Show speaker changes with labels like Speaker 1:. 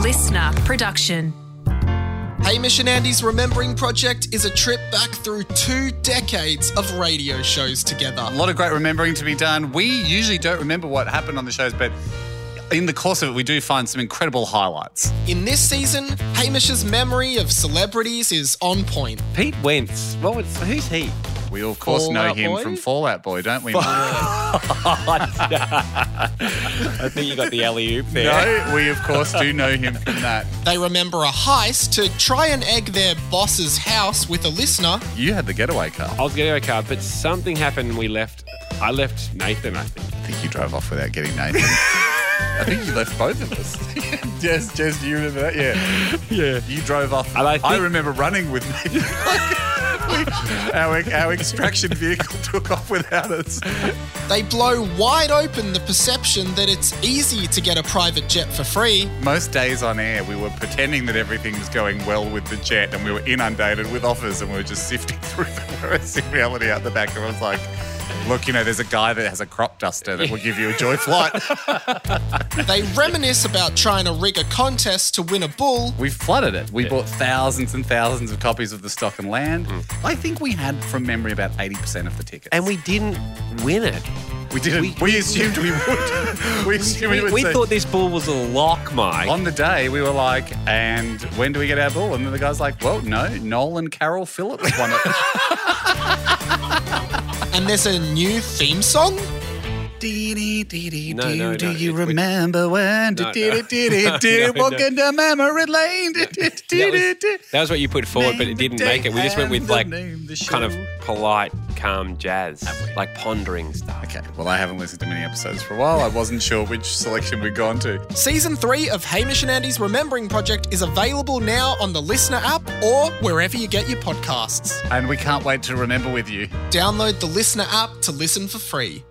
Speaker 1: listener production.
Speaker 2: Hamish and Andy's Remembering Project is a trip back through two decades of radio shows together.
Speaker 3: A lot of great remembering to be done. We usually don't remember what happened on the shows, but in the course of it, we do find some incredible highlights.
Speaker 2: In this season, Hamish's memory of celebrities is on point.
Speaker 4: Pete Wentz. What was, who's he?
Speaker 3: We, of course, know
Speaker 4: Fallout
Speaker 3: him
Speaker 4: Boy?
Speaker 3: from Fallout Boy, don't we?
Speaker 4: I think you got the alley oop there.
Speaker 3: no, we, of course, do know him from that.
Speaker 2: They remember a heist to try and egg their boss's house with a listener.
Speaker 3: You had the getaway car.
Speaker 4: I was getting a car, but something happened and we left. I left Nathan, I think.
Speaker 3: I think you drove off without getting Nathan. I think you left both of us. Jez, Jez, do you remember that? Yeah.
Speaker 4: Yeah.
Speaker 3: You drove off.
Speaker 4: And I think-
Speaker 3: remember running with Nathan. our, our extraction vehicle took off without us.
Speaker 2: They blow wide open the perception that it's easy to get a private jet for free.
Speaker 3: Most days on air, we were pretending that everything was going well with the jet and we were inundated with offers and we were just sifting through them. Whereas in reality, out the back, I was like, look, you know, there's a guy that has a crop duster that will give you a joy flight.
Speaker 2: They reminisce about trying to rig a contest to win a bull.
Speaker 3: we flooded it. We bought thousands and thousands of copies of the stock and land. I think we had, from memory, about 80% of the tickets.
Speaker 4: Mm. And we didn't win it.
Speaker 3: we didn't. We,
Speaker 4: we-
Speaker 3: assumed we would. we assumed we,
Speaker 4: We,
Speaker 3: would.
Speaker 4: we
Speaker 3: say-
Speaker 4: thought this ball was a lock, Mike.
Speaker 3: on the day, we were like, and when do we get our ball? And then the guy's like, well, no, Nolan Carroll Phillips won it.
Speaker 2: And there's a new theme song?
Speaker 3: Dee-dee-dee-dee-doo.
Speaker 4: No, no,
Speaker 3: Do
Speaker 4: no,
Speaker 3: you
Speaker 4: it- we-
Speaker 3: remember when?
Speaker 4: No, no.
Speaker 3: Dee-dee-dee-dee-dee,
Speaker 4: No, no.
Speaker 3: Walking down memory lane.
Speaker 4: that, was,
Speaker 3: Dee-dee-dee-dee.
Speaker 4: that was what you put forward, but
Speaker 3: Name
Speaker 4: it
Speaker 3: the
Speaker 4: didn't make it. We just went
Speaker 3: day
Speaker 4: with
Speaker 3: and
Speaker 4: like
Speaker 3: the name, the
Speaker 4: kind of
Speaker 3: show.
Speaker 4: polite, calm jazz,
Speaker 3: we?
Speaker 4: like pondering stuff.
Speaker 3: Okay, well, I haven't listened to many episodes for a while. I wasn't sure which selection we'd gone to.
Speaker 2: Season 3 of Hamish and Andy's Remembering Project is available now on the Listener app or wherever you get your podcasts.
Speaker 3: And we can't wait to remember with you.
Speaker 2: Download the Listener app to listen for free.